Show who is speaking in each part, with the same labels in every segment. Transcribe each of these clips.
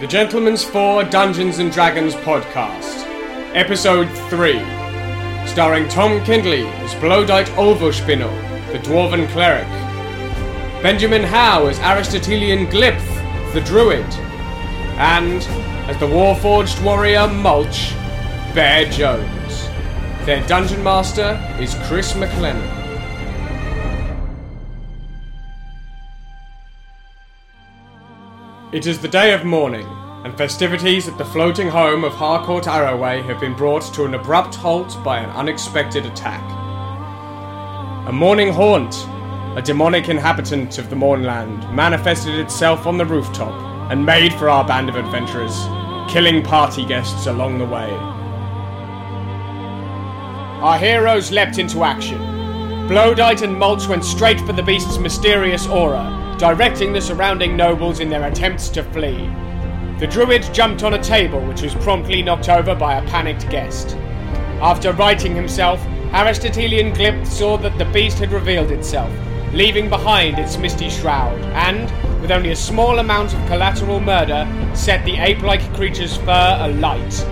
Speaker 1: The Gentleman's Four Dungeons and Dragons podcast, episode 3, starring Tom Kindley as Blodite Olvospinel, the Dwarven Cleric, Benjamin Howe as Aristotelian Glipth, the Druid, and as the Warforged Warrior Mulch, Bear Jones. Their Dungeon Master is Chris McLennan. It is the day of mourning, and festivities at the floating home of Harcourt Arroway have been brought to an abrupt halt by an unexpected attack. A mourning haunt, a demonic inhabitant of the Mornland, manifested itself on the rooftop and made for our band of adventurers, killing party guests along the way. Our heroes leapt into action. Blodite and Mulch went straight for the beast's mysterious aura, directing the surrounding nobles in their attempts to flee. The druid jumped on a table, which was promptly knocked over by a panicked guest. After righting himself, Aristotelian Glimp saw that the beast had revealed itself, leaving behind its misty shroud, and, with only a small amount of collateral murder, set the ape like creature's fur alight.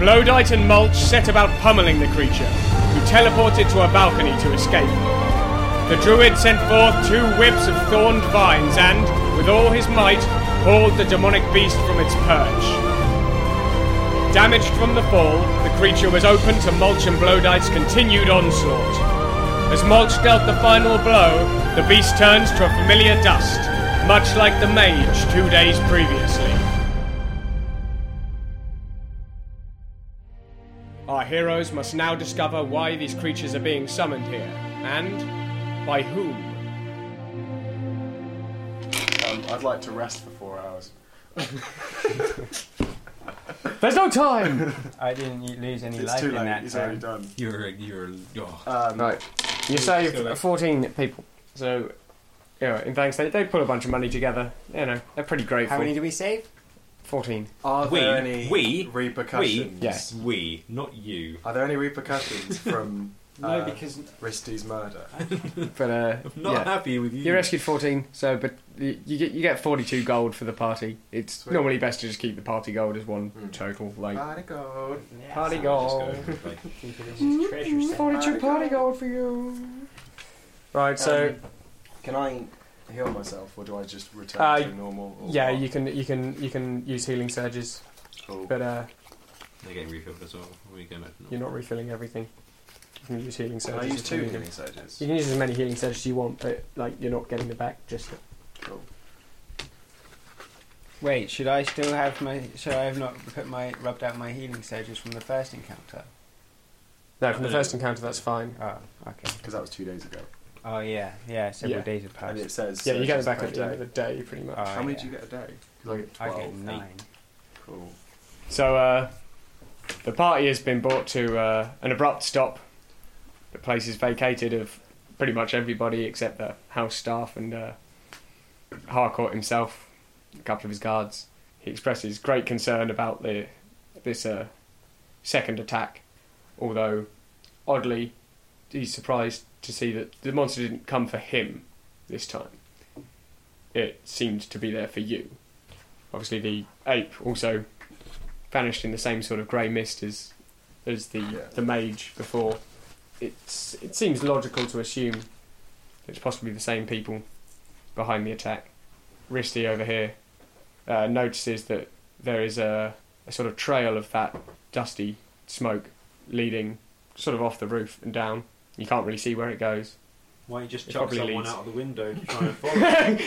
Speaker 1: Blodite and Mulch set about pummeling the creature, who teleported to a balcony to escape. The druid sent forth two whips of thorned vines and, with all his might, hauled the demonic beast from its perch. Damaged from the fall, the creature was open to Mulch and Blodite's continued onslaught. As Mulch dealt the final blow, the beast turns to a familiar dust, much like the mage two days previously. Our heroes must now discover why these creatures are being summoned here, and by whom.
Speaker 2: Um, I'd like to rest for four hours.
Speaker 1: There's no time!
Speaker 3: I didn't y- lose any
Speaker 2: It's
Speaker 3: life
Speaker 2: too
Speaker 3: in
Speaker 2: late.
Speaker 3: that
Speaker 2: It's already done.
Speaker 3: time.
Speaker 2: Uh,
Speaker 4: You're you're oh.
Speaker 1: Uh, right. You
Speaker 4: Still
Speaker 1: saved 14 people. So, yeah, in thanks, they, they put a bunch of money together. You know, they're pretty grateful.
Speaker 3: How many do we save?
Speaker 1: 14.
Speaker 2: Are
Speaker 4: We-
Speaker 2: there any
Speaker 4: we-
Speaker 1: we-
Speaker 2: repercussions?
Speaker 1: yeah.
Speaker 4: we, not you.
Speaker 2: Are there any repercussions from uh,
Speaker 3: no, because
Speaker 2: Risty's murder?
Speaker 1: But, uh,
Speaker 4: I'm not
Speaker 1: yeah.
Speaker 4: happy with you.
Speaker 1: You rescued 14, so but you you get you get 42 gold for the party. It's
Speaker 2: Sweet.
Speaker 1: normally best to just keep the party gold as one
Speaker 2: Mm.
Speaker 1: total. Like
Speaker 2: Party gold.
Speaker 1: Hmm. party
Speaker 4: Just
Speaker 1: gold,
Speaker 4: go, like,
Speaker 3: think of this as treasure set.
Speaker 1: 42 party gold Um, for you. Right, so
Speaker 2: Can I heal myself, or do I just return
Speaker 1: Uh,
Speaker 2: to normal? Or
Speaker 1: yeah,
Speaker 2: what?
Speaker 1: you can you can you can use healing surges,
Speaker 2: Cool.
Speaker 1: but uh,
Speaker 4: they're getting refilled as well. We're going back to normal.
Speaker 1: you're not refilling everything. You can use healing
Speaker 2: Can
Speaker 1: surges.
Speaker 2: I use
Speaker 1: if
Speaker 2: two
Speaker 1: you need them.
Speaker 2: healing surges?
Speaker 1: You can use as many healing surges as you want, but like you're not getting the back. Just
Speaker 2: Cool.
Speaker 3: Wait, should I still have my? Should I have not put my rubbed out my healing surges from the first encounter?
Speaker 1: no from the first encounter. That's fine.
Speaker 3: Oh, okay.
Speaker 2: Because that was two days ago,
Speaker 3: Oh yeah, yeah. Several
Speaker 1: Yeah.
Speaker 3: days have
Speaker 2: and it
Speaker 3: passed.
Speaker 2: says
Speaker 1: Yeah, you get
Speaker 2: surges
Speaker 1: it back
Speaker 2: per
Speaker 1: at the end
Speaker 2: day.
Speaker 1: of the day, pretty much.
Speaker 3: Oh,
Speaker 2: How many
Speaker 3: yeah.
Speaker 2: do you get a day? 'Cause I get
Speaker 3: I
Speaker 2: twelve.
Speaker 3: get nine.
Speaker 2: Cool.
Speaker 1: So uh, the party has been brought to uh, an abrupt stop. The place is vacated of pretty much everybody except the house staff and uh, Harcourt himself, a couple of his guards. He expresses great concern about the this uh, second attack, although oddly he's surprised to see that the monster didn't come for him this time. It seemed to be there for you. Obviously, the ape also vanished in the same sort of grey mist as as the
Speaker 2: Yeah.
Speaker 1: the mage before. It's it seems logical to assume it's possibly the same people behind the attack. Risty over here uh, notices that there is a, a sort of trail of that dusty smoke leading sort of off the roof and down. You can't really see where it goes.
Speaker 4: Why don't you just
Speaker 1: It
Speaker 4: chuck
Speaker 1: probably
Speaker 4: someone
Speaker 1: leads.
Speaker 4: out of the window to try and follow?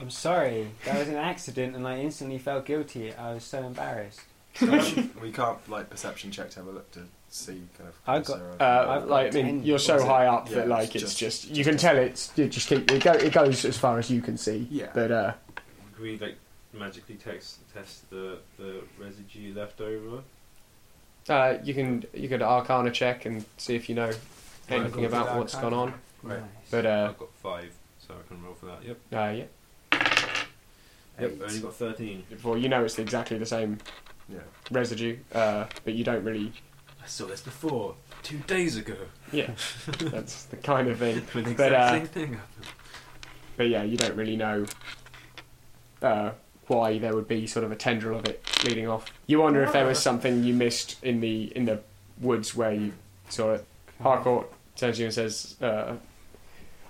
Speaker 3: I'm sorry. That was an accident, and I instantly felt guilty. I was so embarrassed.
Speaker 2: Um, we can't like perception check to have a look to see kind of.
Speaker 3: I've got-
Speaker 2: closer or-
Speaker 1: Uh,
Speaker 3: I've
Speaker 1: like I
Speaker 3: got
Speaker 1: mean,
Speaker 3: ten.
Speaker 1: you're so
Speaker 2: Was it-
Speaker 1: high up
Speaker 2: yeah,
Speaker 1: that like
Speaker 2: it's
Speaker 1: it's just,
Speaker 2: just-
Speaker 1: you can tell it's it just keep it, go, it goes as far as you can see.
Speaker 2: Yeah.
Speaker 1: But uh,
Speaker 4: Could we like magically text, test the the residue left over?
Speaker 1: uh, you can you could Arcana check and see if you know anything
Speaker 3: I've got
Speaker 1: about
Speaker 3: the
Speaker 1: what's
Speaker 3: Arcana.
Speaker 1: gone on.
Speaker 2: Right.
Speaker 3: Nice.
Speaker 1: But uh,
Speaker 4: I've got five, so I can roll for that. Yep.
Speaker 1: uh yeah,
Speaker 4: Yep.
Speaker 2: Eight.
Speaker 4: I only got thirteen.
Speaker 1: well you know it's exactly the same
Speaker 2: Yeah.
Speaker 1: residue, uh, but you don't really.
Speaker 4: I saw this before, two days ago.
Speaker 1: Yeah, that's the kind of thing.
Speaker 4: When the
Speaker 1: But,
Speaker 4: exact
Speaker 1: uh,
Speaker 4: same thing happened.
Speaker 1: But yeah, you don't really know uh, why there would be sort of a tendril of it leading off. You wonder if there was something you missed in the in the woods where you saw it. Harcourt turns to you and says, uh,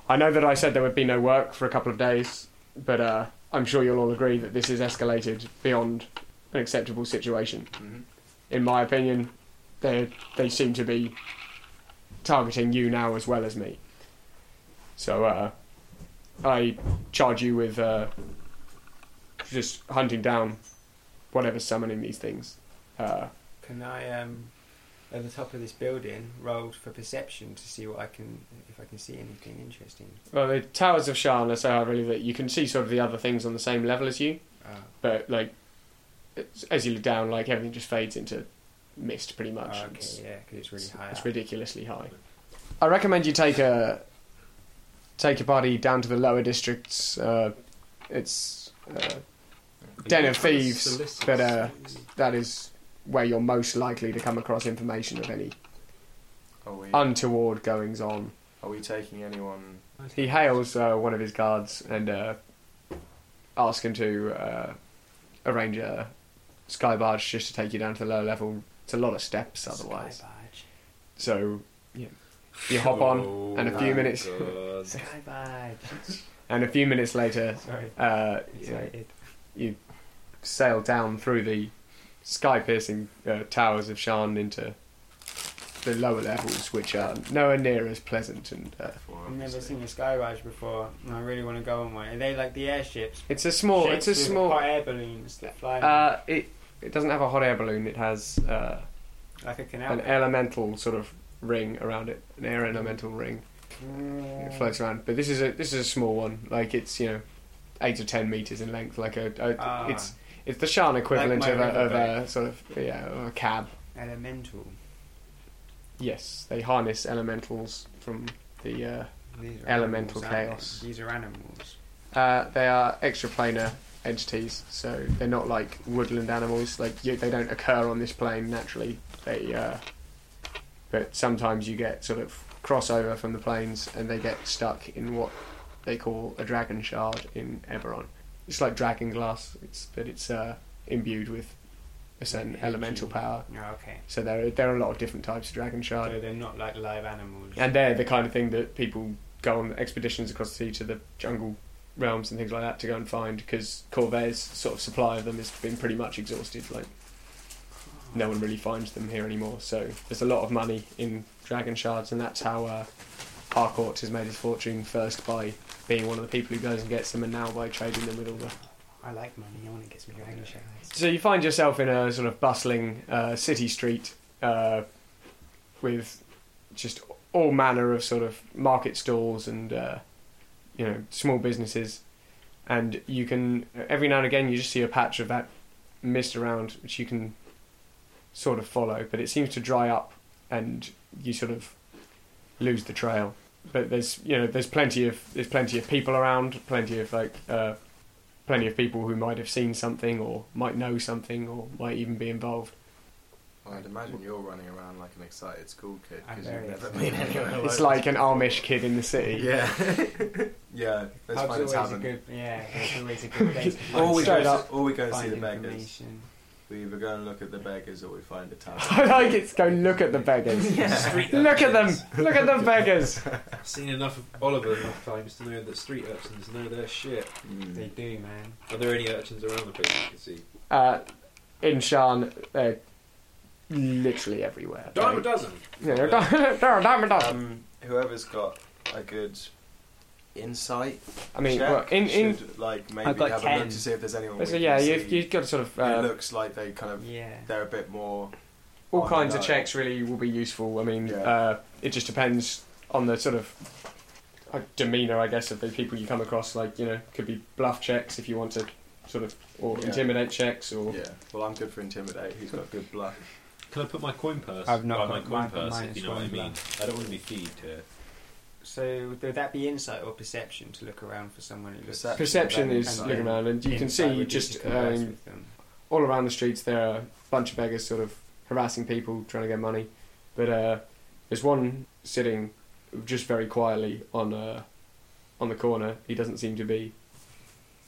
Speaker 1: "I know that I said there would be no work for a couple of days, but uh, I'm sure you'll all agree that this has escalated beyond an acceptable situation.
Speaker 2: Mhm.
Speaker 1: In my opinion, they they seem to be targeting you now as well as me. So uh, I charge you with uh, just hunting down whatever's summoning these things. Uh,
Speaker 3: Can I, um, at the top of this building, roll for perception to see what I can, if I can see anything interesting?
Speaker 1: well, the towers of Sharn are so high really that you can see sort of the other things on the same level as you,
Speaker 3: Ah,
Speaker 1: but like it's- as you look down, like everything just fades into mist pretty much.
Speaker 3: ah,
Speaker 1: It's-
Speaker 3: okay, yeah, because it's really
Speaker 1: It's-
Speaker 3: high. ah.
Speaker 1: It's
Speaker 3: up.
Speaker 1: ridiculously high. I recommend you take a take your party down to the lower districts. Uh, it's uh, den of thieves, but uh, that is where you're most likely to come across information of any
Speaker 2: Are we,
Speaker 1: untoward goings on.
Speaker 2: are we taking anyone?
Speaker 1: He hails uh, one of his guards and uh, asks him to uh, arrange a sky barge just to take you down to the lower level. It's a lot of steps otherwise.
Speaker 3: Sky badge.
Speaker 1: So yeah. you hop on. and a few
Speaker 4: Oh my
Speaker 1: minutes-
Speaker 4: God.
Speaker 3: Sky badge.
Speaker 1: And a few minutes later,
Speaker 3: Sorry,
Speaker 1: uh, you, know,
Speaker 3: excited.
Speaker 1: you sail down through the sky-piercing uh, towers of Shan into the lower levels, which are nowhere near as pleasant. And uh,
Speaker 2: For
Speaker 3: I've never
Speaker 2: obviously-
Speaker 3: seen a sky badge before, and I really want to go on one. Are they like the airships?
Speaker 1: it's a small.
Speaker 3: Shaped
Speaker 1: It's a
Speaker 3: with
Speaker 1: small.
Speaker 3: hot air balloons that fly
Speaker 1: Uh, it it doesn't have a hot air balloon. It has uh,
Speaker 3: like a canal.
Speaker 1: an elemental sort of ring around it, an air elemental ring. It
Speaker 3: Mm.
Speaker 1: floats around. But this is a this is a small one. Like it's you know eight or ten meters in length. Like a, a
Speaker 3: Ah,
Speaker 1: it's It's the Shan equivalent
Speaker 3: Like
Speaker 1: of,
Speaker 3: my
Speaker 1: a, of a
Speaker 3: riverboat.
Speaker 1: sort of yeah of a cab.
Speaker 3: elemental.
Speaker 1: Yes, they harness elementals from the. Uh,
Speaker 3: These are
Speaker 1: Elemental
Speaker 3: animals, aren't they?
Speaker 1: chaos.
Speaker 3: These are animals.
Speaker 1: uh, they are extraplanar entities, so they're not like woodland animals. Like you, they don't occur on this plane naturally. They, uh, but sometimes you get sort of crossover from the planes, and they get stuck in what they call a dragon shard in Eberron. It's like dragon glass. It's but it's uh, imbued with a certain
Speaker 3: Energy.
Speaker 1: elemental power.
Speaker 3: Oh, okay.
Speaker 1: So there are, there are a lot of different types of dragon shard,
Speaker 3: So they're not like live animals.
Speaker 1: and they're the kind of thing that people go on expeditions across the sea to the jungle realms and things like that to go and find because Corvair's sort of supply of them has been pretty much exhausted. Like no one really finds them here anymore. So there's a lot of money in dragon shards, and that's how uh, Harcourt has made his fortune. First by being one of the people who goes and gets them, and now by trading them with all the
Speaker 3: I like money. I want to get some dragon shards.
Speaker 1: so you find yourself in a sort of bustling uh, city street uh, with just all manner of sort of market stalls and uh, you know small businesses, and you can every now and again you just see a patch of that mist around which you can sort of follow, but it seems to dry up and you sort of lose the trail. But there's you know there's plenty of there's plenty of people around, plenty of like. Uh, plenty of people who might have seen something or might know something or might even be involved.
Speaker 2: I'd imagine you're running around like an excited school kid
Speaker 3: I'm
Speaker 2: because you've
Speaker 3: very
Speaker 2: never
Speaker 3: excited.
Speaker 2: been anywhere.
Speaker 1: It's
Speaker 2: like
Speaker 1: like an Amish kid in the city.
Speaker 2: yeah, yeah. Let's find a
Speaker 3: Pub's always a
Speaker 2: tavern.
Speaker 3: good, yeah, it's always a good place. to
Speaker 2: Or we,
Speaker 3: find
Speaker 1: Straight
Speaker 2: go,
Speaker 1: up.
Speaker 2: or we go see
Speaker 3: find
Speaker 2: the beggars.
Speaker 3: information.
Speaker 2: We either go and look at the beggars or we find a
Speaker 1: I
Speaker 2: tavern.
Speaker 1: like it. Go look at the beggars.
Speaker 4: Street
Speaker 1: Look at them.
Speaker 4: urchins.
Speaker 1: Look at the beggars.
Speaker 4: I've seen enough of Oliver enough times to know that street urchins know their shit.
Speaker 2: Mm.
Speaker 3: They do, man.
Speaker 4: Are there any urchins around the place you can see?
Speaker 1: Uh, in Shan, they're literally everywhere.
Speaker 4: Dime a
Speaker 1: Like,
Speaker 4: dozen.
Speaker 1: yeah, they're di- they're a dime a dozen.
Speaker 2: Um, whoever's got a good insight,
Speaker 1: I mean,
Speaker 2: check
Speaker 1: well, in in
Speaker 2: should like maybe
Speaker 3: I've got
Speaker 2: have a
Speaker 3: 10.
Speaker 2: look to see if there's anyone.
Speaker 1: so
Speaker 2: we
Speaker 1: yeah,
Speaker 2: can
Speaker 1: you've
Speaker 2: see
Speaker 1: you've got sort of
Speaker 2: who
Speaker 1: uh,
Speaker 2: looks like they kind of
Speaker 3: Yeah.
Speaker 2: they're a bit more.
Speaker 1: all
Speaker 3: Oh,
Speaker 2: on the
Speaker 1: kinds of
Speaker 2: nose.
Speaker 1: checks. Really, will be useful. I mean,
Speaker 2: Yeah.
Speaker 1: uh, it just depends on the sort of uh, demeanor, I guess, of the people you come across. Like, you know, could be bluff checks if you want to sort of, or
Speaker 2: Yeah.
Speaker 1: intimidate checks, or
Speaker 2: Yeah. Well, I'm good for intimidate. Who's got good bluff?
Speaker 4: Can I put my coin purse?
Speaker 3: I've not
Speaker 4: Buy
Speaker 3: got-
Speaker 4: my
Speaker 3: mine-
Speaker 4: coin purse,
Speaker 3: mine
Speaker 4: if
Speaker 3: is
Speaker 4: you know what I
Speaker 3: fine,
Speaker 4: mean. I don't want to be thieved here.
Speaker 3: So would that be insight or perception to look around for someone who looks?
Speaker 2: Perception.
Speaker 1: perception is
Speaker 3: And
Speaker 1: looking
Speaker 3: then
Speaker 1: around, and you can
Speaker 3: Insight would
Speaker 1: see
Speaker 3: be
Speaker 1: just
Speaker 3: to converse
Speaker 1: um,
Speaker 3: with them.
Speaker 1: all around the streets there are a bunch of beggars sort of harassing people trying to get money but uh, there's one sitting just very quietly on uh, on the corner he doesn't seem to be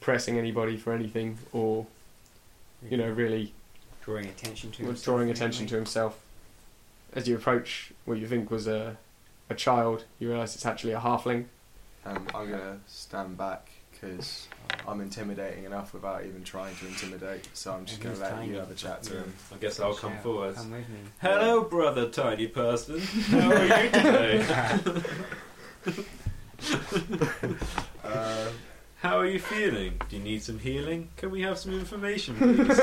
Speaker 1: pressing anybody for anything or you know really
Speaker 3: drawing attention to
Speaker 1: was
Speaker 3: himself,
Speaker 1: drawing
Speaker 3: really.
Speaker 1: attention to himself. As you approach what you think was a a child, you realise it's actually a halfling.
Speaker 2: Um, I'm gonna stand back because I'm intimidating enough without even trying to intimidate. So I'm just
Speaker 3: And
Speaker 2: gonna
Speaker 3: he's
Speaker 2: let
Speaker 3: tiny.
Speaker 2: you have a chat to
Speaker 4: Yeah,
Speaker 2: him.
Speaker 4: I guess I'll come
Speaker 3: Shout,
Speaker 4: forward.
Speaker 3: "Oh, Come with me.
Speaker 4: Hello, brother, tiny person. How are you today?
Speaker 2: Uh,
Speaker 4: How are you feeling? Do you need some healing? Can we have some information, please?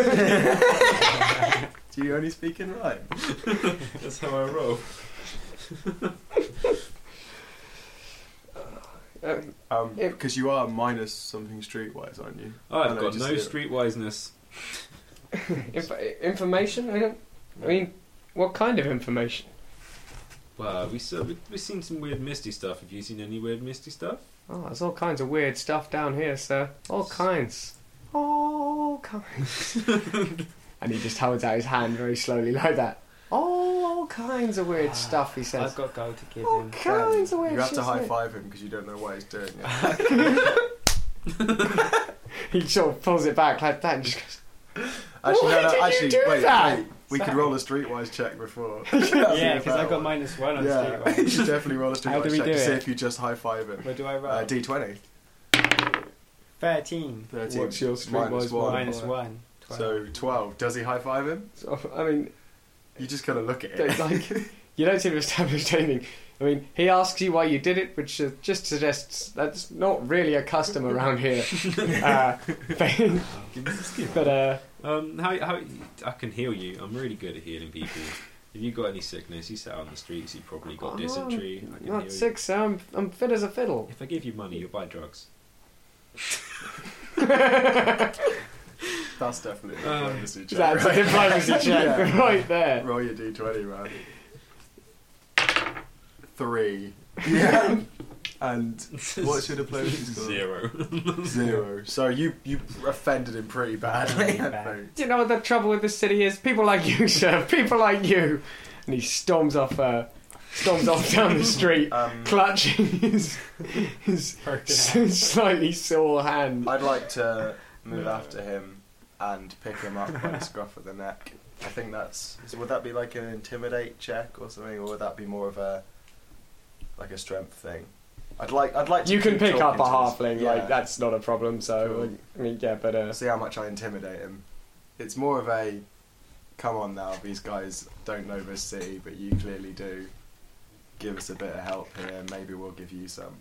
Speaker 2: do you only speak in rhyme?
Speaker 4: That's how I roll.
Speaker 1: Uh,
Speaker 2: Um
Speaker 1: Yeah.
Speaker 2: 'cause because you are minus something streetwise, aren't you?
Speaker 3: Oh,
Speaker 4: I've
Speaker 2: Hello,
Speaker 4: got
Speaker 2: just
Speaker 4: no
Speaker 2: here.
Speaker 4: streetwiseness.
Speaker 1: inf- information? I, don't, I mean, what kind of information?
Speaker 4: Wow, we saw, we, we've seen some weird misty stuff. Have you seen any weird misty stuff?
Speaker 1: Oh, there's all kinds of weird stuff down here, sir. All kinds. All kinds. and he just holds out his hand very slowly like that. All kinds of weird stuff, he
Speaker 3: I've
Speaker 1: says. "Oh,
Speaker 3: got gold to give
Speaker 1: All
Speaker 3: him.
Speaker 1: kinds of weird
Speaker 2: um, You have to
Speaker 1: shit,
Speaker 2: high
Speaker 1: isn't it?
Speaker 2: five him because you don't know why he's doing it.
Speaker 1: He sort of pulls it back like that and just goes,
Speaker 2: Actually,
Speaker 1: Why
Speaker 2: no, no,
Speaker 1: did you
Speaker 2: actually,
Speaker 1: do
Speaker 2: wait,
Speaker 1: that?
Speaker 2: wait. We could
Speaker 3: Sorry.
Speaker 2: roll a streetwise check before.
Speaker 3: yeah, because I got
Speaker 2: my.
Speaker 3: minus one on
Speaker 2: Yeah,
Speaker 3: streetwise.
Speaker 2: you should definitely roll a
Speaker 3: How do
Speaker 2: streetwise
Speaker 3: we
Speaker 2: check
Speaker 3: do
Speaker 2: to see
Speaker 3: it?
Speaker 2: if you just high five him.
Speaker 3: What do I roll?
Speaker 2: Uh, D20.
Speaker 3: 13
Speaker 2: 13.
Speaker 1: What's your
Speaker 2: Minus
Speaker 1: streetwise
Speaker 2: one.
Speaker 1: One.
Speaker 3: minus one. 12.
Speaker 2: So 12. Does he high five him?
Speaker 1: sort of- I mean,
Speaker 2: You just gotta look at
Speaker 1: don't,
Speaker 2: it.
Speaker 1: like, you don't seem to establish anything. I mean, he asks you why you did it, which uh, just suggests that's not really a custom around here. Uh, but but, uh,
Speaker 4: Um, how, how I can heal you? I'm really good at healing people. If you got any sickness, you sat on the streets, you probably got
Speaker 1: Oh,
Speaker 4: dysentery. I
Speaker 1: I'm
Speaker 4: can heal
Speaker 1: not sick, sir. I'm, I'm fit as a fiddle.
Speaker 4: You. If I give you money, you'll buy drugs.
Speaker 2: That's definitely a
Speaker 4: Um,
Speaker 2: diplomacy check.
Speaker 1: That's a
Speaker 2: right?
Speaker 1: diplomacy check
Speaker 2: Yeah.
Speaker 1: right there.
Speaker 2: Roll your D20, man. Three. Yeah. and what's your diplomacy score?
Speaker 4: Zero.
Speaker 2: Zero. So you you offended him pretty badly.
Speaker 3: Pretty
Speaker 2: I
Speaker 3: bad.
Speaker 2: think.
Speaker 1: Do you know what the trouble with this city is? People like you, sir. People like you. And he storms off, uh, storms off down the street,
Speaker 2: Um,
Speaker 1: clutching his, his
Speaker 3: Broken out.
Speaker 1: slightly sore hand.
Speaker 2: I'd like to move after him and pick him up by the scruff of the neck. I think that's. so would that be like an intimidate check or something, or would that be more of a like a strength thing? I'd like. I'd like. To
Speaker 1: You can
Speaker 2: keep
Speaker 1: pick up a
Speaker 2: talking
Speaker 1: halfling,
Speaker 2: to this-
Speaker 1: like that's not a problem. So
Speaker 2: Cool.
Speaker 1: I mean, yeah, but uh,
Speaker 2: See how much I intimidate him. It's more of a, come on now, these guys don't know this city, but you clearly do. Give us a bit of help here, maybe we'll give you some.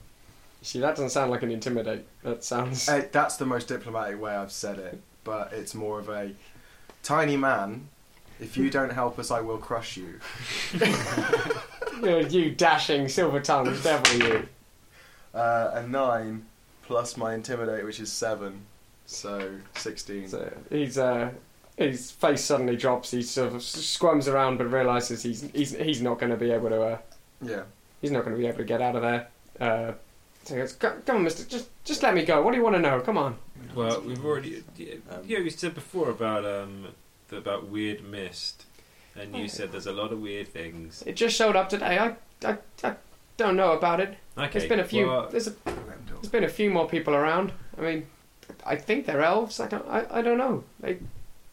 Speaker 1: see, that doesn't sound like an intimidate. That sounds.
Speaker 2: Uh, that's the most diplomatic way I've said it, but it's more of a tiny man. If you don't help us, I will crush you.
Speaker 1: you, know, you dashing silver tongues, devil you.
Speaker 2: Uh, a nine plus my intimidate, which is seven, so sixteen.
Speaker 1: So he's uh, his face suddenly drops. He sort of squirms around, but realizes he's he's he's not going to be able to. Uh,
Speaker 2: yeah,
Speaker 1: he's not going to be able to get out of there. Uh, so he goes, "Come come on, Mister, just just let me go. What do you want to know? Come on.
Speaker 4: Well, we've already. Yeah,
Speaker 2: Um,
Speaker 4: yeah, we said before about um about weird mist, and
Speaker 1: Oh.
Speaker 4: you said there's a lot of weird things.
Speaker 1: It just showed up today. I I, I don't know about it.
Speaker 4: Okay,
Speaker 1: There's been a few.
Speaker 2: uh,
Speaker 4: well,
Speaker 1: there's a There's been a few more people around. I mean, I think they're elves. I don't. I, I don't know. They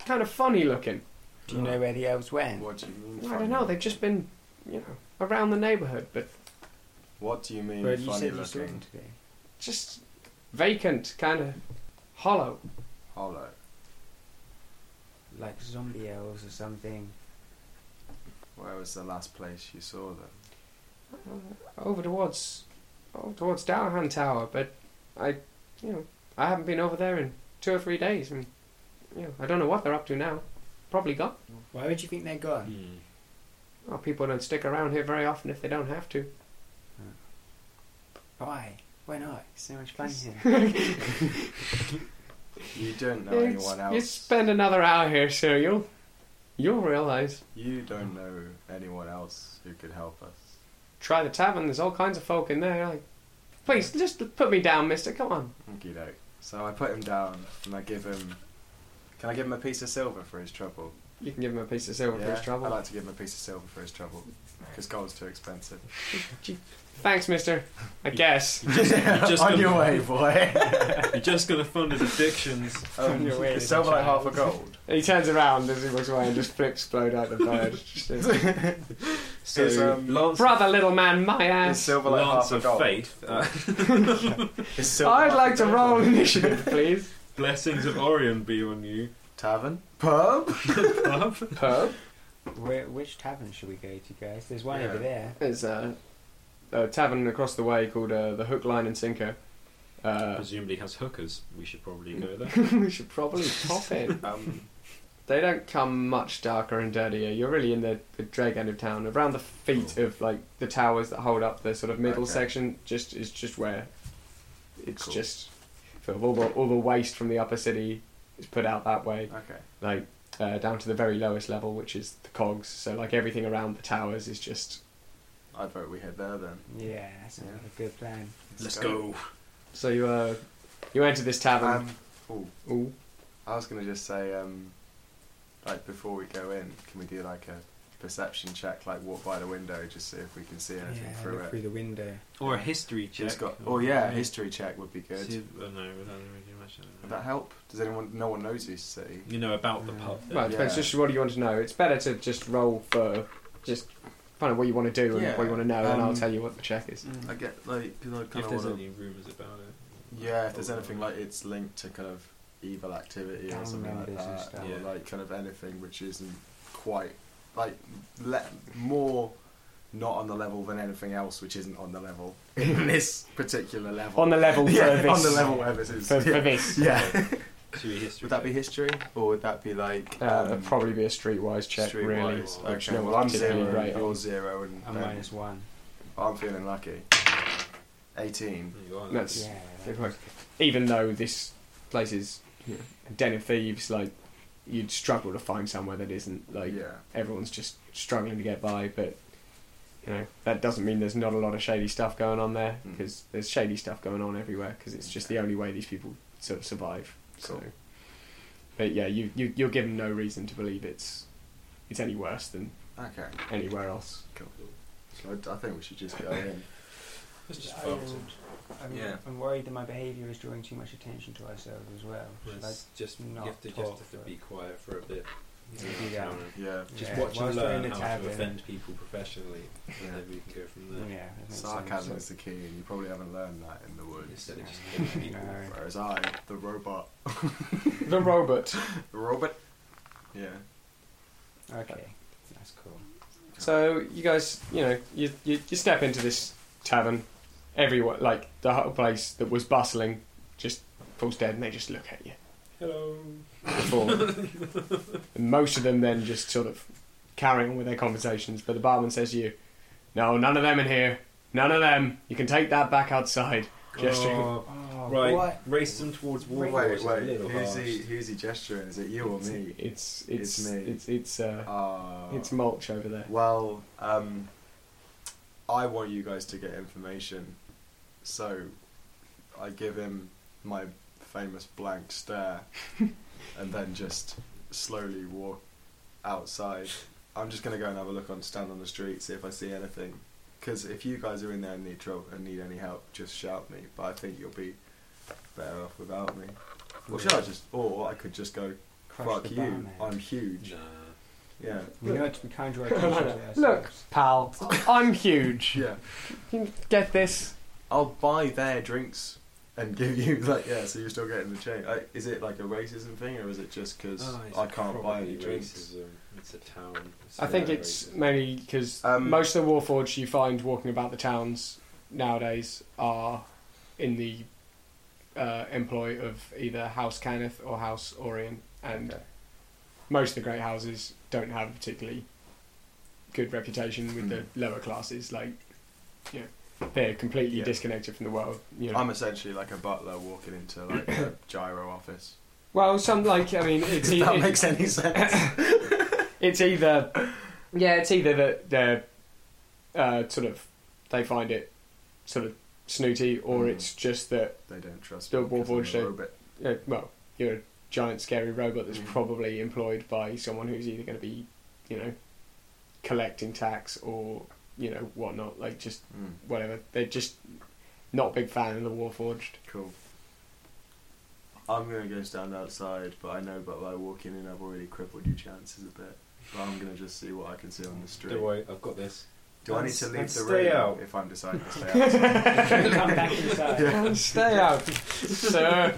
Speaker 1: kind of funny looking.
Speaker 3: Do you know where the elves went?
Speaker 2: What do you mean?
Speaker 1: I
Speaker 2: funny?
Speaker 1: don't know. They've just been, you know, around the neighbourhood, but
Speaker 2: What do you mean
Speaker 3: Where you
Speaker 2: funny
Speaker 3: said you saw them
Speaker 2: looking?
Speaker 3: today.
Speaker 1: just vacant, kind of hollow.
Speaker 2: Hollow.
Speaker 3: Like zombie elves or something.
Speaker 2: Where was the last place you saw them?
Speaker 1: over towards, over towards Dowahan Tower. But I, you know, I haven't been over there in two or three days, and you know, I don't know what they're up to now. Probably gone.
Speaker 3: Why would you think they're gone?
Speaker 4: hmm.
Speaker 1: Well, people don't stick around here very often if they don't have to.
Speaker 3: Why? Why not? It's so much fun here.
Speaker 2: You don't know
Speaker 1: You
Speaker 2: anyone
Speaker 1: s-
Speaker 2: else.
Speaker 1: You spend another hour here, sir. You'll you'll realise.
Speaker 2: You don't know anyone else who could help us.
Speaker 1: Try the tavern. There's all kinds of folk in there. Like, please, just put me down, Mister. Come on.
Speaker 2: Okie doke. So I put him down and I give him. Can I give him a piece of silver for his trouble?
Speaker 1: You can give him a piece of silver for his
Speaker 2: I'd
Speaker 1: trouble.
Speaker 2: like to give him a piece of silver for his trouble because gold's too expensive.
Speaker 1: Thanks, mister. I guess.
Speaker 4: You're just, you're just
Speaker 2: on
Speaker 4: gonna,
Speaker 2: your way, boy.
Speaker 4: You're just gonna fund his addictions.
Speaker 1: On your way,
Speaker 2: It's silver like
Speaker 1: child.
Speaker 2: half a gold.
Speaker 1: He turns around as he walks away and just flips blowed out the bird.
Speaker 4: So
Speaker 2: Is, um,
Speaker 4: Lance,
Speaker 1: Brother, little man, my
Speaker 2: It's
Speaker 1: ass.
Speaker 2: silver like
Speaker 4: Lance
Speaker 2: half a
Speaker 4: of
Speaker 2: gold.
Speaker 4: Faith. Uh,
Speaker 2: It's silver
Speaker 1: I'd
Speaker 2: half
Speaker 1: like
Speaker 2: a
Speaker 1: to
Speaker 2: gold.
Speaker 1: roll initiative, please.
Speaker 4: blessings of Orion be on you.
Speaker 2: Tavern? Pub?
Speaker 4: Love.
Speaker 1: Pub
Speaker 3: Where, which tavern should we go to, guys? There's one
Speaker 2: Yeah.
Speaker 3: over there.
Speaker 1: is a, a tavern across the way called uh, the Hook, Line, and Sinker. Uh,
Speaker 4: Presumably has hookers. We should probably go there.
Speaker 1: we should probably pop in.
Speaker 2: Um,
Speaker 1: They don't come much darker and dirtier. You're really in the, the drag end of town, around the feet of like the towers that hold up the sort of middle
Speaker 2: Okay.
Speaker 1: section. Just is just where it's
Speaker 2: Cool.
Speaker 1: just sort of all the all the waste from the upper city is put out that way,
Speaker 2: okay.
Speaker 1: like uh, down to the very lowest level, which is the cogs. So like everything around the towers is just.
Speaker 2: I'd vote we head there then.
Speaker 3: Yeah, that's
Speaker 2: Yeah.
Speaker 3: a good plan.
Speaker 1: So you uh, you enter this tavern.
Speaker 2: Um, ooh,
Speaker 1: Ooh.
Speaker 2: I was going to just say, um, like, before we go in, can we do, like, a perception check, like, walk by the window, just see if we can see
Speaker 3: Yeah,
Speaker 2: anything through
Speaker 3: look
Speaker 2: it?
Speaker 3: through the window.
Speaker 4: Or a history check.
Speaker 2: Just got, oh, yeah, history check would be good.
Speaker 4: See, oh, no, we don't really do much.
Speaker 2: Would that help? Does anyone, no one knows this city?
Speaker 4: You know about the
Speaker 3: Mm.
Speaker 4: pub.
Speaker 1: Well, it depends
Speaker 2: Yeah.
Speaker 1: just what do you want to know. It's better to just roll for just find out what you want to do and
Speaker 2: Yeah,
Speaker 1: what you want to know, and I'll
Speaker 2: um,
Speaker 1: tell you what the check is.
Speaker 2: I get, Mm. like, people kind
Speaker 4: If
Speaker 2: of
Speaker 4: there's
Speaker 2: want
Speaker 4: any rumours about it.
Speaker 2: Yeah, if there's
Speaker 4: Or-
Speaker 2: anything like it's linked to kind of evil activity or
Speaker 3: Gang
Speaker 2: something like
Speaker 3: members and
Speaker 2: that,
Speaker 3: stuff.
Speaker 2: or
Speaker 4: Yeah.
Speaker 2: like kind of anything which isn't quite like le- more not on the level than anything else which isn't on the level in this particular level.
Speaker 1: On the level for
Speaker 2: yeah,
Speaker 1: this.
Speaker 2: on the level where this is.
Speaker 1: For, for
Speaker 2: yeah.
Speaker 1: this.
Speaker 2: Yeah.
Speaker 4: Should we history
Speaker 2: would that
Speaker 4: check?
Speaker 2: be history, or would that be like?
Speaker 1: Uh,
Speaker 2: um,
Speaker 1: that'd probably be a streetwise check, really.
Speaker 2: streetwise?
Speaker 1: which
Speaker 2: Okay.
Speaker 1: no
Speaker 2: Well,
Speaker 1: one's
Speaker 2: I'm
Speaker 1: particularly
Speaker 2: zero.
Speaker 1: great
Speaker 2: you're
Speaker 1: on.
Speaker 2: zero, and
Speaker 3: A
Speaker 2: Ben.
Speaker 3: minus one.
Speaker 2: I'm feeling lucky. Eighteen.
Speaker 4: There you are.
Speaker 1: That's-
Speaker 3: Yeah.
Speaker 1: Good work. Even though this place is
Speaker 2: Yeah.
Speaker 1: a den of thieves, like you'd struggle to find somewhere that isn't like
Speaker 2: yeah.
Speaker 1: everyone's just struggling to get by. But you know that doesn't mean there's not a lot of shady stuff going on there
Speaker 2: Mm.
Speaker 1: because there's shady stuff going on everywhere because it's just the only way these people sort of survive. So,
Speaker 2: Cool.
Speaker 1: but yeah, you, you you're given no reason to believe it's it's any worse than
Speaker 2: Okay.
Speaker 1: anywhere else.
Speaker 2: So I, I think we should just go in.
Speaker 4: Let's just
Speaker 3: I
Speaker 4: bolt.
Speaker 3: am- I'm,
Speaker 2: Yeah.
Speaker 3: I'm worried that my behaviour is drawing too much attention to ourselves as well. Should I
Speaker 4: Let's just you
Speaker 3: not
Speaker 4: have to just
Speaker 3: talk
Speaker 4: have to
Speaker 3: for-
Speaker 4: be quiet for a bit. uh,
Speaker 3: do that?
Speaker 2: Yeah.
Speaker 4: Just
Speaker 3: Yeah,
Speaker 4: watch and
Speaker 3: whilst we're
Speaker 4: learn
Speaker 3: in the
Speaker 4: how to
Speaker 3: tavern.
Speaker 4: offend people professionally, and
Speaker 2: yeah.
Speaker 4: then we can go from there.
Speaker 3: Yeah. I think so.
Speaker 2: Sarcasm is the key, and you probably haven't learned that in the woods.
Speaker 4: Instead of just killing people.
Speaker 3: No.
Speaker 2: Whereas I, the robot,
Speaker 1: the robot.
Speaker 2: the robot. Yeah.
Speaker 3: Okay. That's cool.
Speaker 1: So you guys, you know, you, you, you step into this tavern. Everyone, like the whole place that was bustling, just falls dead, and they just look at you.
Speaker 4: Hello.
Speaker 1: Before, and most of them then just sort of carry on with their conversations. But the barman says to you, "No, none of them in here. None of them. You can take that back outside." Gesturing.
Speaker 4: Oh,
Speaker 3: Oh,
Speaker 4: right,
Speaker 3: What?
Speaker 4: race them towards war.
Speaker 3: Wait,
Speaker 4: which
Speaker 2: Wait,
Speaker 4: is a
Speaker 2: wait.
Speaker 4: little
Speaker 2: Who's
Speaker 4: harsh.
Speaker 2: he? Who's he gesturing? Is it you or me?
Speaker 1: It's it's
Speaker 2: It's me.
Speaker 1: it's it's uh,
Speaker 2: Ah.
Speaker 1: it's mulch over there.
Speaker 2: well, um, I want you guys to get information, so I give him my famous blank stare, and then just slowly walk outside. I'm just gonna go and have a look on stand on the street, see if I see anything. Because if you guys are in there and need trouble and need any help, just shout me. But I think you'll be better off without me. Or should I just? Or I could just go.
Speaker 3: Crush
Speaker 2: Fuck
Speaker 3: the
Speaker 2: you!
Speaker 3: barman.
Speaker 2: I'm huge.
Speaker 4: Nah.
Speaker 2: Yeah.
Speaker 3: We know it's we can't draw attention to ourselves.
Speaker 1: Look, pal, I'm huge.
Speaker 2: Yeah.
Speaker 1: You Get this.
Speaker 2: I'll buy their drinks and give you like yeah. So you're still getting the change. Like, is it like a racism thing, or is it just because
Speaker 4: Oh, it's
Speaker 2: I can't buy
Speaker 4: probably
Speaker 2: any drinks?
Speaker 4: racism. It's a town. It's
Speaker 1: I think
Speaker 4: very
Speaker 1: it's
Speaker 4: racist.
Speaker 1: mainly because
Speaker 2: Um,
Speaker 1: most of the warforged you find walking about the towns nowadays are in the uh, employ of either House Caneth or House Orion, and
Speaker 2: Okay.
Speaker 1: most of the great houses don't have a particularly good reputation with
Speaker 2: Mm.
Speaker 1: the lower classes. Like, you know, they're completely
Speaker 2: Yeah.
Speaker 1: disconnected from the world. You know.
Speaker 2: I'm essentially like a butler walking into like a gyro office.
Speaker 1: well, some like I mean, it's
Speaker 2: If
Speaker 1: e-
Speaker 2: that
Speaker 1: it-
Speaker 2: makes any sense.
Speaker 1: it's either yeah, it's either that they're uh, sort of they find it sort of snooty, or
Speaker 2: Mm.
Speaker 1: it's just that
Speaker 2: they don't trust
Speaker 1: Still
Speaker 2: me 'cause I'm
Speaker 1: Warforged,
Speaker 2: a
Speaker 1: eh?
Speaker 2: robot.
Speaker 1: uh, well, you're a giant scary robot that's
Speaker 2: Mm.
Speaker 1: probably employed by someone who's either going to be, you know, collecting tax or you know, whatnot. Like just
Speaker 2: Mm,
Speaker 1: whatever. They're just not a big fan of the Warforged.
Speaker 2: cool. I'm gonna go stand outside, but I know but by walking in, I've already crippled your chances a bit. But I'm gonna just see what I can see on the street.
Speaker 4: Don't worry, I've got this.
Speaker 2: Do I need
Speaker 4: Let's-
Speaker 2: to leave
Speaker 4: let's
Speaker 2: the
Speaker 4: stay
Speaker 2: room
Speaker 4: out.
Speaker 2: if I'm deciding to stay outside?
Speaker 3: Come back inside.
Speaker 1: Stay out, sir.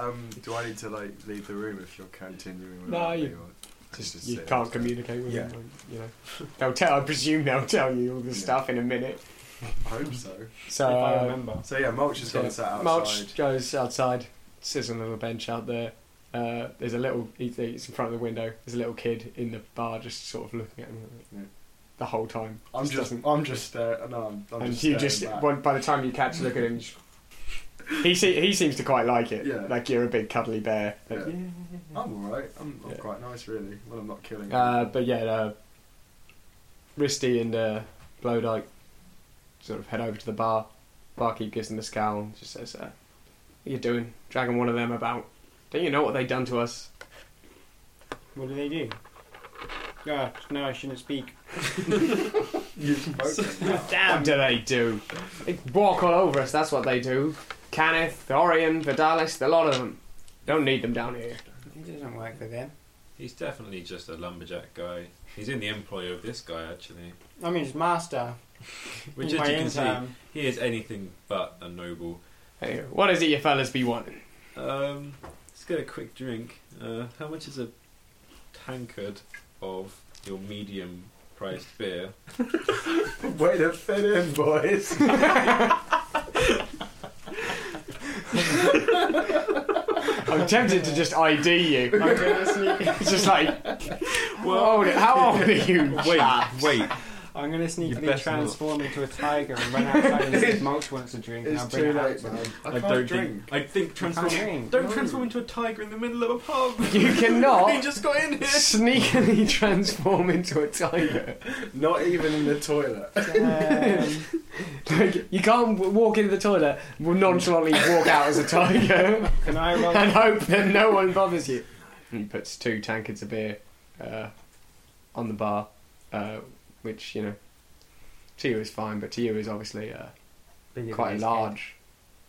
Speaker 2: um, do I need to like leave the room if you're continuing? with
Speaker 1: No,
Speaker 2: that
Speaker 1: you-
Speaker 2: thing, or
Speaker 1: Just,
Speaker 2: just
Speaker 1: you
Speaker 2: sit
Speaker 1: can't
Speaker 2: outside?
Speaker 1: communicate with
Speaker 2: Yeah.
Speaker 1: them. like, You know, they'll tell. I presume they'll tell you all the
Speaker 2: Yeah.
Speaker 1: stuff in a minute.
Speaker 2: I hope so.
Speaker 1: So
Speaker 3: if I
Speaker 1: uh,
Speaker 3: remember.
Speaker 2: So yeah, Mulch has gone sat outside.
Speaker 1: Mulch goes outside, sits on a little bench out there. Uh, there's a little, he- he's in front of the window. There's a little kid in the bar just sort of looking at him
Speaker 2: Yeah.
Speaker 1: the whole time.
Speaker 2: I'm
Speaker 1: Just
Speaker 2: just,
Speaker 1: doesn't-
Speaker 2: I'm just staring. No, I'm, I'm
Speaker 1: and
Speaker 2: just
Speaker 1: you
Speaker 2: staring
Speaker 1: just,
Speaker 2: back.
Speaker 1: one- by the time you catch a look at him, just- he, se- he seems to quite like it.
Speaker 2: Yeah.
Speaker 1: Like you're a big cuddly bear. Like,
Speaker 2: Yeah. I'm alright. I'm, I'm
Speaker 1: Yeah.
Speaker 2: quite nice, really. Well, I'm not killing.
Speaker 1: Uh,
Speaker 2: anyone.
Speaker 1: but yeah, uh, Risty and uh, Blowdyke sort of head over to the bar. Barkeep gives them a scowl and just says, uh, "What you doing? Dragging one of them about? Don't you know what they done to us?
Speaker 3: What do they do? God, no, I shouldn't speak.
Speaker 2: You've spoken now.
Speaker 1: What do they do? They walk all over us. That's what they do. Caneth, Orion, Vidalis, the lot of them. Don't need them down here.
Speaker 3: It doesn't work for them.
Speaker 4: He's definitely just a lumberjack guy. He's in the employ of this guy actually,
Speaker 3: I mean, it's master.
Speaker 4: which
Speaker 3: In
Speaker 4: as
Speaker 3: my
Speaker 4: you can
Speaker 3: own
Speaker 4: see,
Speaker 3: time.
Speaker 4: he is anything but a noble.
Speaker 1: Anyway, what is it you fellas be wanting?
Speaker 4: Um, let's get a quick drink. Uh, how much is a tankard of your medium priced beer?
Speaker 2: Way to fit in, boys.
Speaker 1: I'm tempted to just ID you.
Speaker 3: I'm gonna sneak.
Speaker 1: It's just like, how old, how old are you?
Speaker 4: Wait,
Speaker 1: chap?
Speaker 4: wait.
Speaker 3: I'm gonna sneakily
Speaker 4: best not.
Speaker 3: transform into a tiger and run outside and see if Mulch wants a drink. and
Speaker 2: it's
Speaker 3: I'll bring
Speaker 2: too
Speaker 3: it out
Speaker 2: late,
Speaker 3: to
Speaker 2: man.
Speaker 3: him.
Speaker 2: I, can't
Speaker 4: don't
Speaker 2: drink.
Speaker 4: Think, I think transform.
Speaker 3: can't drink.
Speaker 4: Don't
Speaker 2: No.
Speaker 4: transform into a tiger in the middle of a pub.
Speaker 1: You cannot.
Speaker 4: he just got in here.
Speaker 1: sneakily transform into a tiger.
Speaker 2: Not even in the toilet.
Speaker 3: Um,
Speaker 1: Like, you can't w- walk into the toilet, will nonchalantly walk out as a tiger,
Speaker 3: can I roll?
Speaker 1: and hope that no one bothers you. And he puts two tankards of beer uh, on the bar, uh, which, you know, to you is fine, but to you is obviously uh,
Speaker 3: Bigger than
Speaker 1: quite a
Speaker 3: his
Speaker 1: large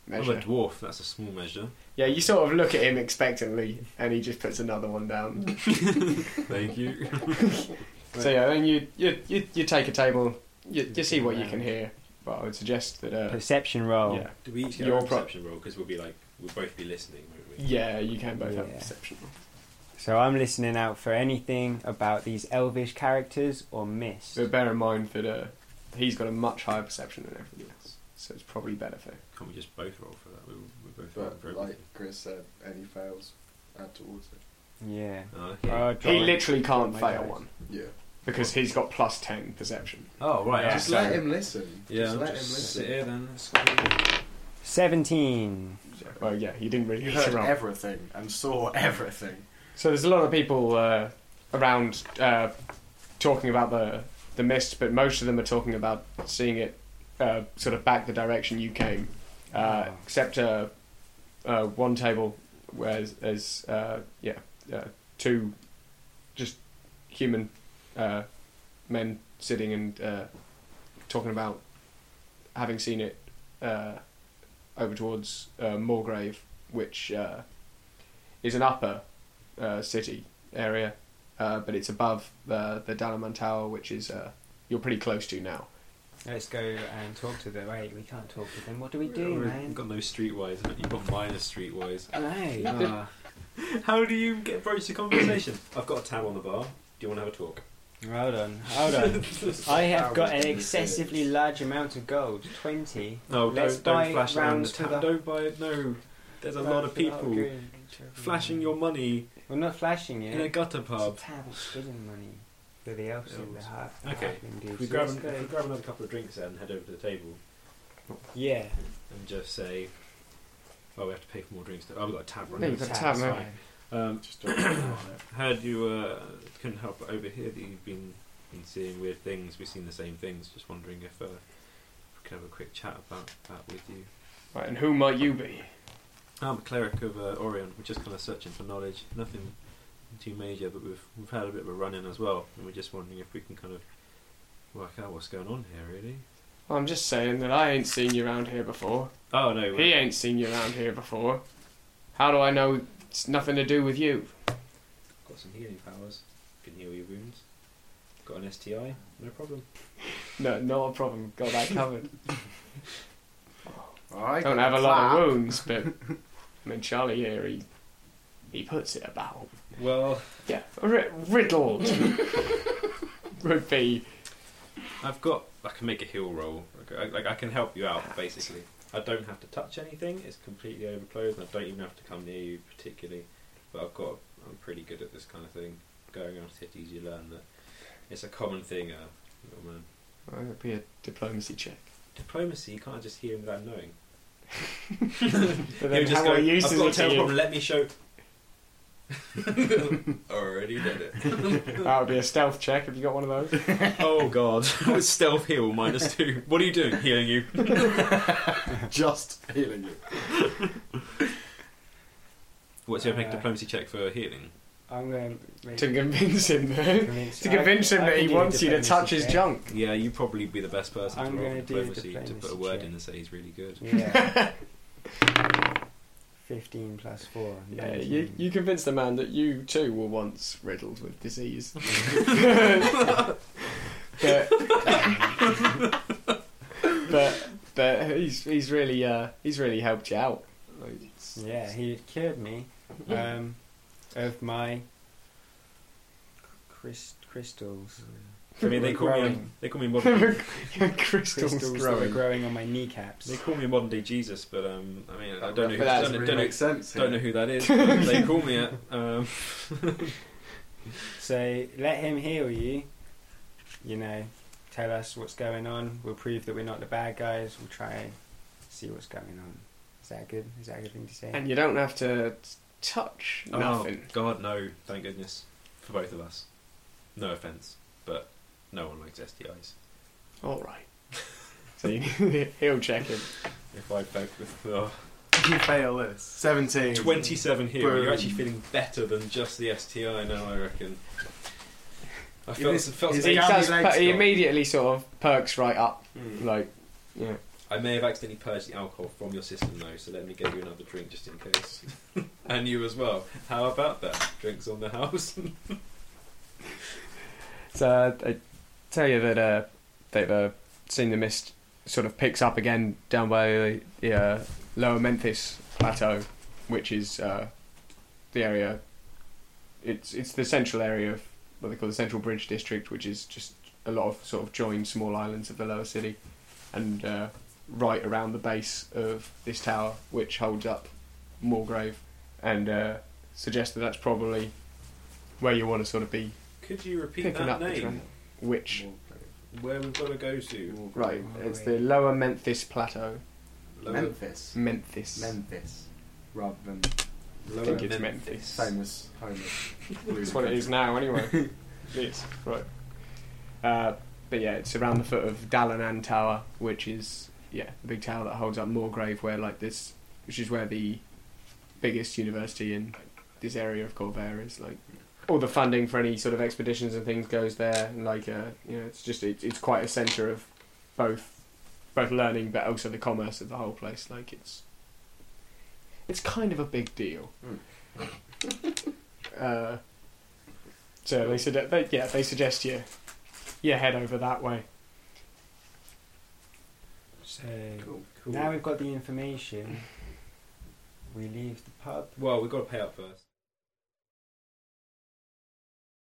Speaker 4: I'm a
Speaker 1: measure.
Speaker 4: dwarf. That's a small measure.
Speaker 1: Yeah, you sort of look at him expectantly, and he just puts another one down.
Speaker 4: Thank you.
Speaker 1: So, yeah, then you, you, you, you take a table, you, you see what you can hear, but I would suggest that.
Speaker 3: head.
Speaker 1: Uh,
Speaker 3: Perception roll.
Speaker 1: yeah.
Speaker 4: Do we each get
Speaker 1: Your
Speaker 4: a
Speaker 1: pro-
Speaker 4: perception roll? Because we'll be like, we'll both be listening, won't we?
Speaker 1: Yeah, you can both have
Speaker 3: Yeah.
Speaker 1: perception.
Speaker 3: So I'm listening out for anything about these elvish characters or mist.
Speaker 1: But bear in mind that uh, he's got a much higher perception than everybody else, so it's probably better for him.
Speaker 4: Can't we just both roll for that? We, we both roll
Speaker 2: But
Speaker 4: for
Speaker 2: like
Speaker 4: everything.
Speaker 2: Chris said, any fails, add towards it.
Speaker 3: Yeah.
Speaker 4: Oh, okay.
Speaker 3: Oh,
Speaker 1: He
Speaker 3: drawing.
Speaker 1: literally can't
Speaker 3: my
Speaker 1: fail
Speaker 3: dice.
Speaker 1: one
Speaker 2: Yeah.
Speaker 1: because he's got plus ten perception.
Speaker 4: oh right.
Speaker 2: Just
Speaker 4: okay.
Speaker 2: let him listen.
Speaker 4: Yeah.
Speaker 2: Just let
Speaker 4: just
Speaker 2: him listen.
Speaker 4: sit here then. Let's
Speaker 3: Seventeen.
Speaker 1: Well, yeah, he didn't really
Speaker 2: You
Speaker 1: hit
Speaker 2: heard
Speaker 1: it wrong.
Speaker 2: everything and saw everything.
Speaker 1: So there's a lot of people uh, around uh, talking about the the mist, but most of them are talking about seeing it uh, sort of back the direction you came, uh,
Speaker 3: Oh.
Speaker 1: except uh, uh, one table where there's uh, yeah uh, two just human uh, men sitting and uh, talking about having seen it uh, over towards uh, Morgrave, which uh, is an upper uh, city area, uh, but it's above the the Dalaman Tower, which is uh, you're pretty close to now.
Speaker 3: Let's go and talk to them. Wait, we can't talk to them. What do we
Speaker 4: We've
Speaker 3: do, man?
Speaker 4: got no streetwise. haven't you? You've got minus streetwise.
Speaker 3: No.
Speaker 4: Ah. How do you get approach the conversation? I've got a tab on the bar. Do you want to have a talk?
Speaker 3: Hold on. Hold on. I
Speaker 1: Uh,
Speaker 3: have got an
Speaker 2: Hours.
Speaker 3: excessively large amount of gold. Twenty.
Speaker 4: No,
Speaker 3: Let's
Speaker 4: don't, don't
Speaker 3: buy
Speaker 4: flash around
Speaker 3: round
Speaker 4: the
Speaker 3: to
Speaker 4: tab.
Speaker 3: the-
Speaker 4: Don't buy it. No, there's a lot of people flashing your money
Speaker 3: Well, not flashing it.
Speaker 4: in a gutter pub.
Speaker 3: It's a tab of hidden money for the elves in the
Speaker 4: Elves.
Speaker 3: heart.
Speaker 4: Okay. If we, grab, if we grab another couple of drinks then and head over to the table
Speaker 3: Yeah.
Speaker 4: and just say, "Oh, we have to pay for more drinks." Oh, we've got a tab
Speaker 1: Yeah,
Speaker 4: running.
Speaker 1: you've got a
Speaker 3: Tab's
Speaker 1: tab,
Speaker 3: fine.
Speaker 4: Um,
Speaker 2: Just don't on it.
Speaker 4: heard you uh, couldn't help but overhear that you've been been seeing weird things. We've seen the same things. Just wondering if uh, we could have a quick chat about that with you.
Speaker 1: Right, and who might you be?
Speaker 4: I'm a cleric of uh, Orion. We're just kind of searching for knowledge. Nothing too major, but we've we've had a bit of a run in as well, and we're just wondering if we can kind of work out what's going on here, really.
Speaker 1: I'm just saying that I ain't seen you around here before.
Speaker 4: Oh no,
Speaker 1: He ain't seen you around here before. How do I know it's nothing to do with you?
Speaker 4: got some healing powers. Can heal your wounds. Got an STI, no problem.
Speaker 1: No, not a problem. Got that covered.
Speaker 2: I
Speaker 1: Don't have a lot of wounds, but I mean Charlie here, he he puts it about.
Speaker 4: Well,
Speaker 1: Yeah, ri riddled would be.
Speaker 4: I've got. I can make a heal roll. Like, I, like I can help you out basically. I don't have to touch anything. It's completely overclosed, and I don't even have to come near you particularly. But I've got. I'm pretty good at this kind of thing. Going around cities, you learn that it's a common thing. Uh, little man.
Speaker 1: Well, it'd be a diplomacy check.
Speaker 4: Diplomacy, you can't just heal him without knowing.
Speaker 1: But
Speaker 4: He'll
Speaker 1: then
Speaker 4: just
Speaker 1: how
Speaker 4: go,
Speaker 1: I use
Speaker 4: I've got a
Speaker 1: it to
Speaker 4: terrible
Speaker 1: you-
Speaker 4: problem, let me show. Already did it.
Speaker 1: That would be a stealth check. Have you got one of those?
Speaker 4: Oh god. With stealth heal minus two. What are you doing? Healing you.
Speaker 2: Just healing you.
Speaker 4: What's your make
Speaker 3: Uh,
Speaker 4: diplomacy check for healing?
Speaker 3: I'm going to make
Speaker 1: to convince him, though.
Speaker 3: convince,
Speaker 1: to convince him
Speaker 3: I- I
Speaker 1: that
Speaker 3: can
Speaker 1: he
Speaker 3: do a
Speaker 1: wants you to
Speaker 3: diplomacy
Speaker 1: touch his
Speaker 3: check.
Speaker 1: junk.
Speaker 4: Yeah, you probably be the best person
Speaker 3: I'm
Speaker 4: to roll
Speaker 3: gonna
Speaker 4: for
Speaker 3: do a
Speaker 4: diplomacy to put a
Speaker 3: diplomacy
Speaker 4: word
Speaker 3: check.
Speaker 4: in and say he's really good.
Speaker 3: Yeah. 15 plus 4.
Speaker 1: Yeah,
Speaker 3: 19.
Speaker 1: you, you convinced the man that you too were once riddled with disease. but, but but he's he's really uh, he's really helped you out. Like, it's-
Speaker 3: Yeah, he had cured me um, of my crys- crystals.
Speaker 4: I mean they call me
Speaker 3: Growing.
Speaker 4: they call me modern
Speaker 1: crystals.
Speaker 3: Crystals that were
Speaker 1: growing.
Speaker 3: growing on my kneecaps.
Speaker 4: they call me modern day Jesus, but um I mean I don't know who
Speaker 1: But that
Speaker 4: don't,
Speaker 1: doesn't
Speaker 4: know-
Speaker 2: Oh, really
Speaker 4: don't, know,
Speaker 2: make sense.
Speaker 4: don't know who that is. but they call me it. Um,
Speaker 3: So let him heal you. You know, tell us what's going on. We'll prove that we're not the bad guys. We'll try and see what's going on. Is that good? Is that a good thing to say?
Speaker 1: And you don't have to touch
Speaker 4: oh,
Speaker 1: nothing.
Speaker 4: God no, thank goodness. For both of us. No offence. But no one likes STIs.
Speaker 1: All right. So you- he'll check him.
Speaker 4: If I vote with oh,
Speaker 2: You fail this. 17.
Speaker 4: 27 here,
Speaker 2: Boom.
Speaker 4: you're actually feeling better than just the STI now, I reckon. I
Speaker 2: Is
Speaker 4: felt,
Speaker 2: this-
Speaker 4: felt
Speaker 2: is
Speaker 1: He,
Speaker 2: it-
Speaker 4: like-
Speaker 1: does,
Speaker 2: legs
Speaker 1: he
Speaker 2: gone?
Speaker 1: immediately sort of perks right up,
Speaker 3: Hmm.
Speaker 1: like yeah.
Speaker 4: I may have accidentally purged the alcohol from your system though, so let me get you another drink just in case. and you as well. How about that? Drinks on the house.
Speaker 1: So uh, I tell you that uh, they've uh, seen the mist sort of picks up again down by the, the uh, lower Memphis plateau, which is uh, the area. It's it's the central area of what they call the Central Bridge District, which is just a lot of sort of joined small islands of the lower city, and uh, right around the base of this tower, which holds up Moorgrave, and uh, suggests that that's probably where you want to sort of be
Speaker 4: Could you repeat
Speaker 1: picking
Speaker 4: that
Speaker 1: up the
Speaker 4: name?
Speaker 1: trend. Which
Speaker 4: Where we've got to go to?
Speaker 1: right? It's the Lower Memphis Plateau.
Speaker 4: Lower,
Speaker 2: Memphis.
Speaker 1: Memphis.
Speaker 2: Memphis. Rather than
Speaker 4: lower
Speaker 1: think it's
Speaker 4: Memphis.
Speaker 2: famous Homer.
Speaker 1: That's what it is now, anyway. it is right. Uh, but yeah, it's around the foot of Dalanan Tower, which is yeah the big tower that holds up Moorgrave, where like this, which is where the biggest university in this area of Corvair is. Like all the funding for any sort of expeditions and things goes there, and like uh, you know, it's just it's, it's quite a centre of both both learning, but also the commerce of the whole place. Like it's it's kind of a big deal. uh, so they suggest, they, yeah, they suggest you you head over that way.
Speaker 3: so
Speaker 4: Cool, cool.
Speaker 3: now we've got the information. We leave the pub.
Speaker 4: Well, we've got to pay up first.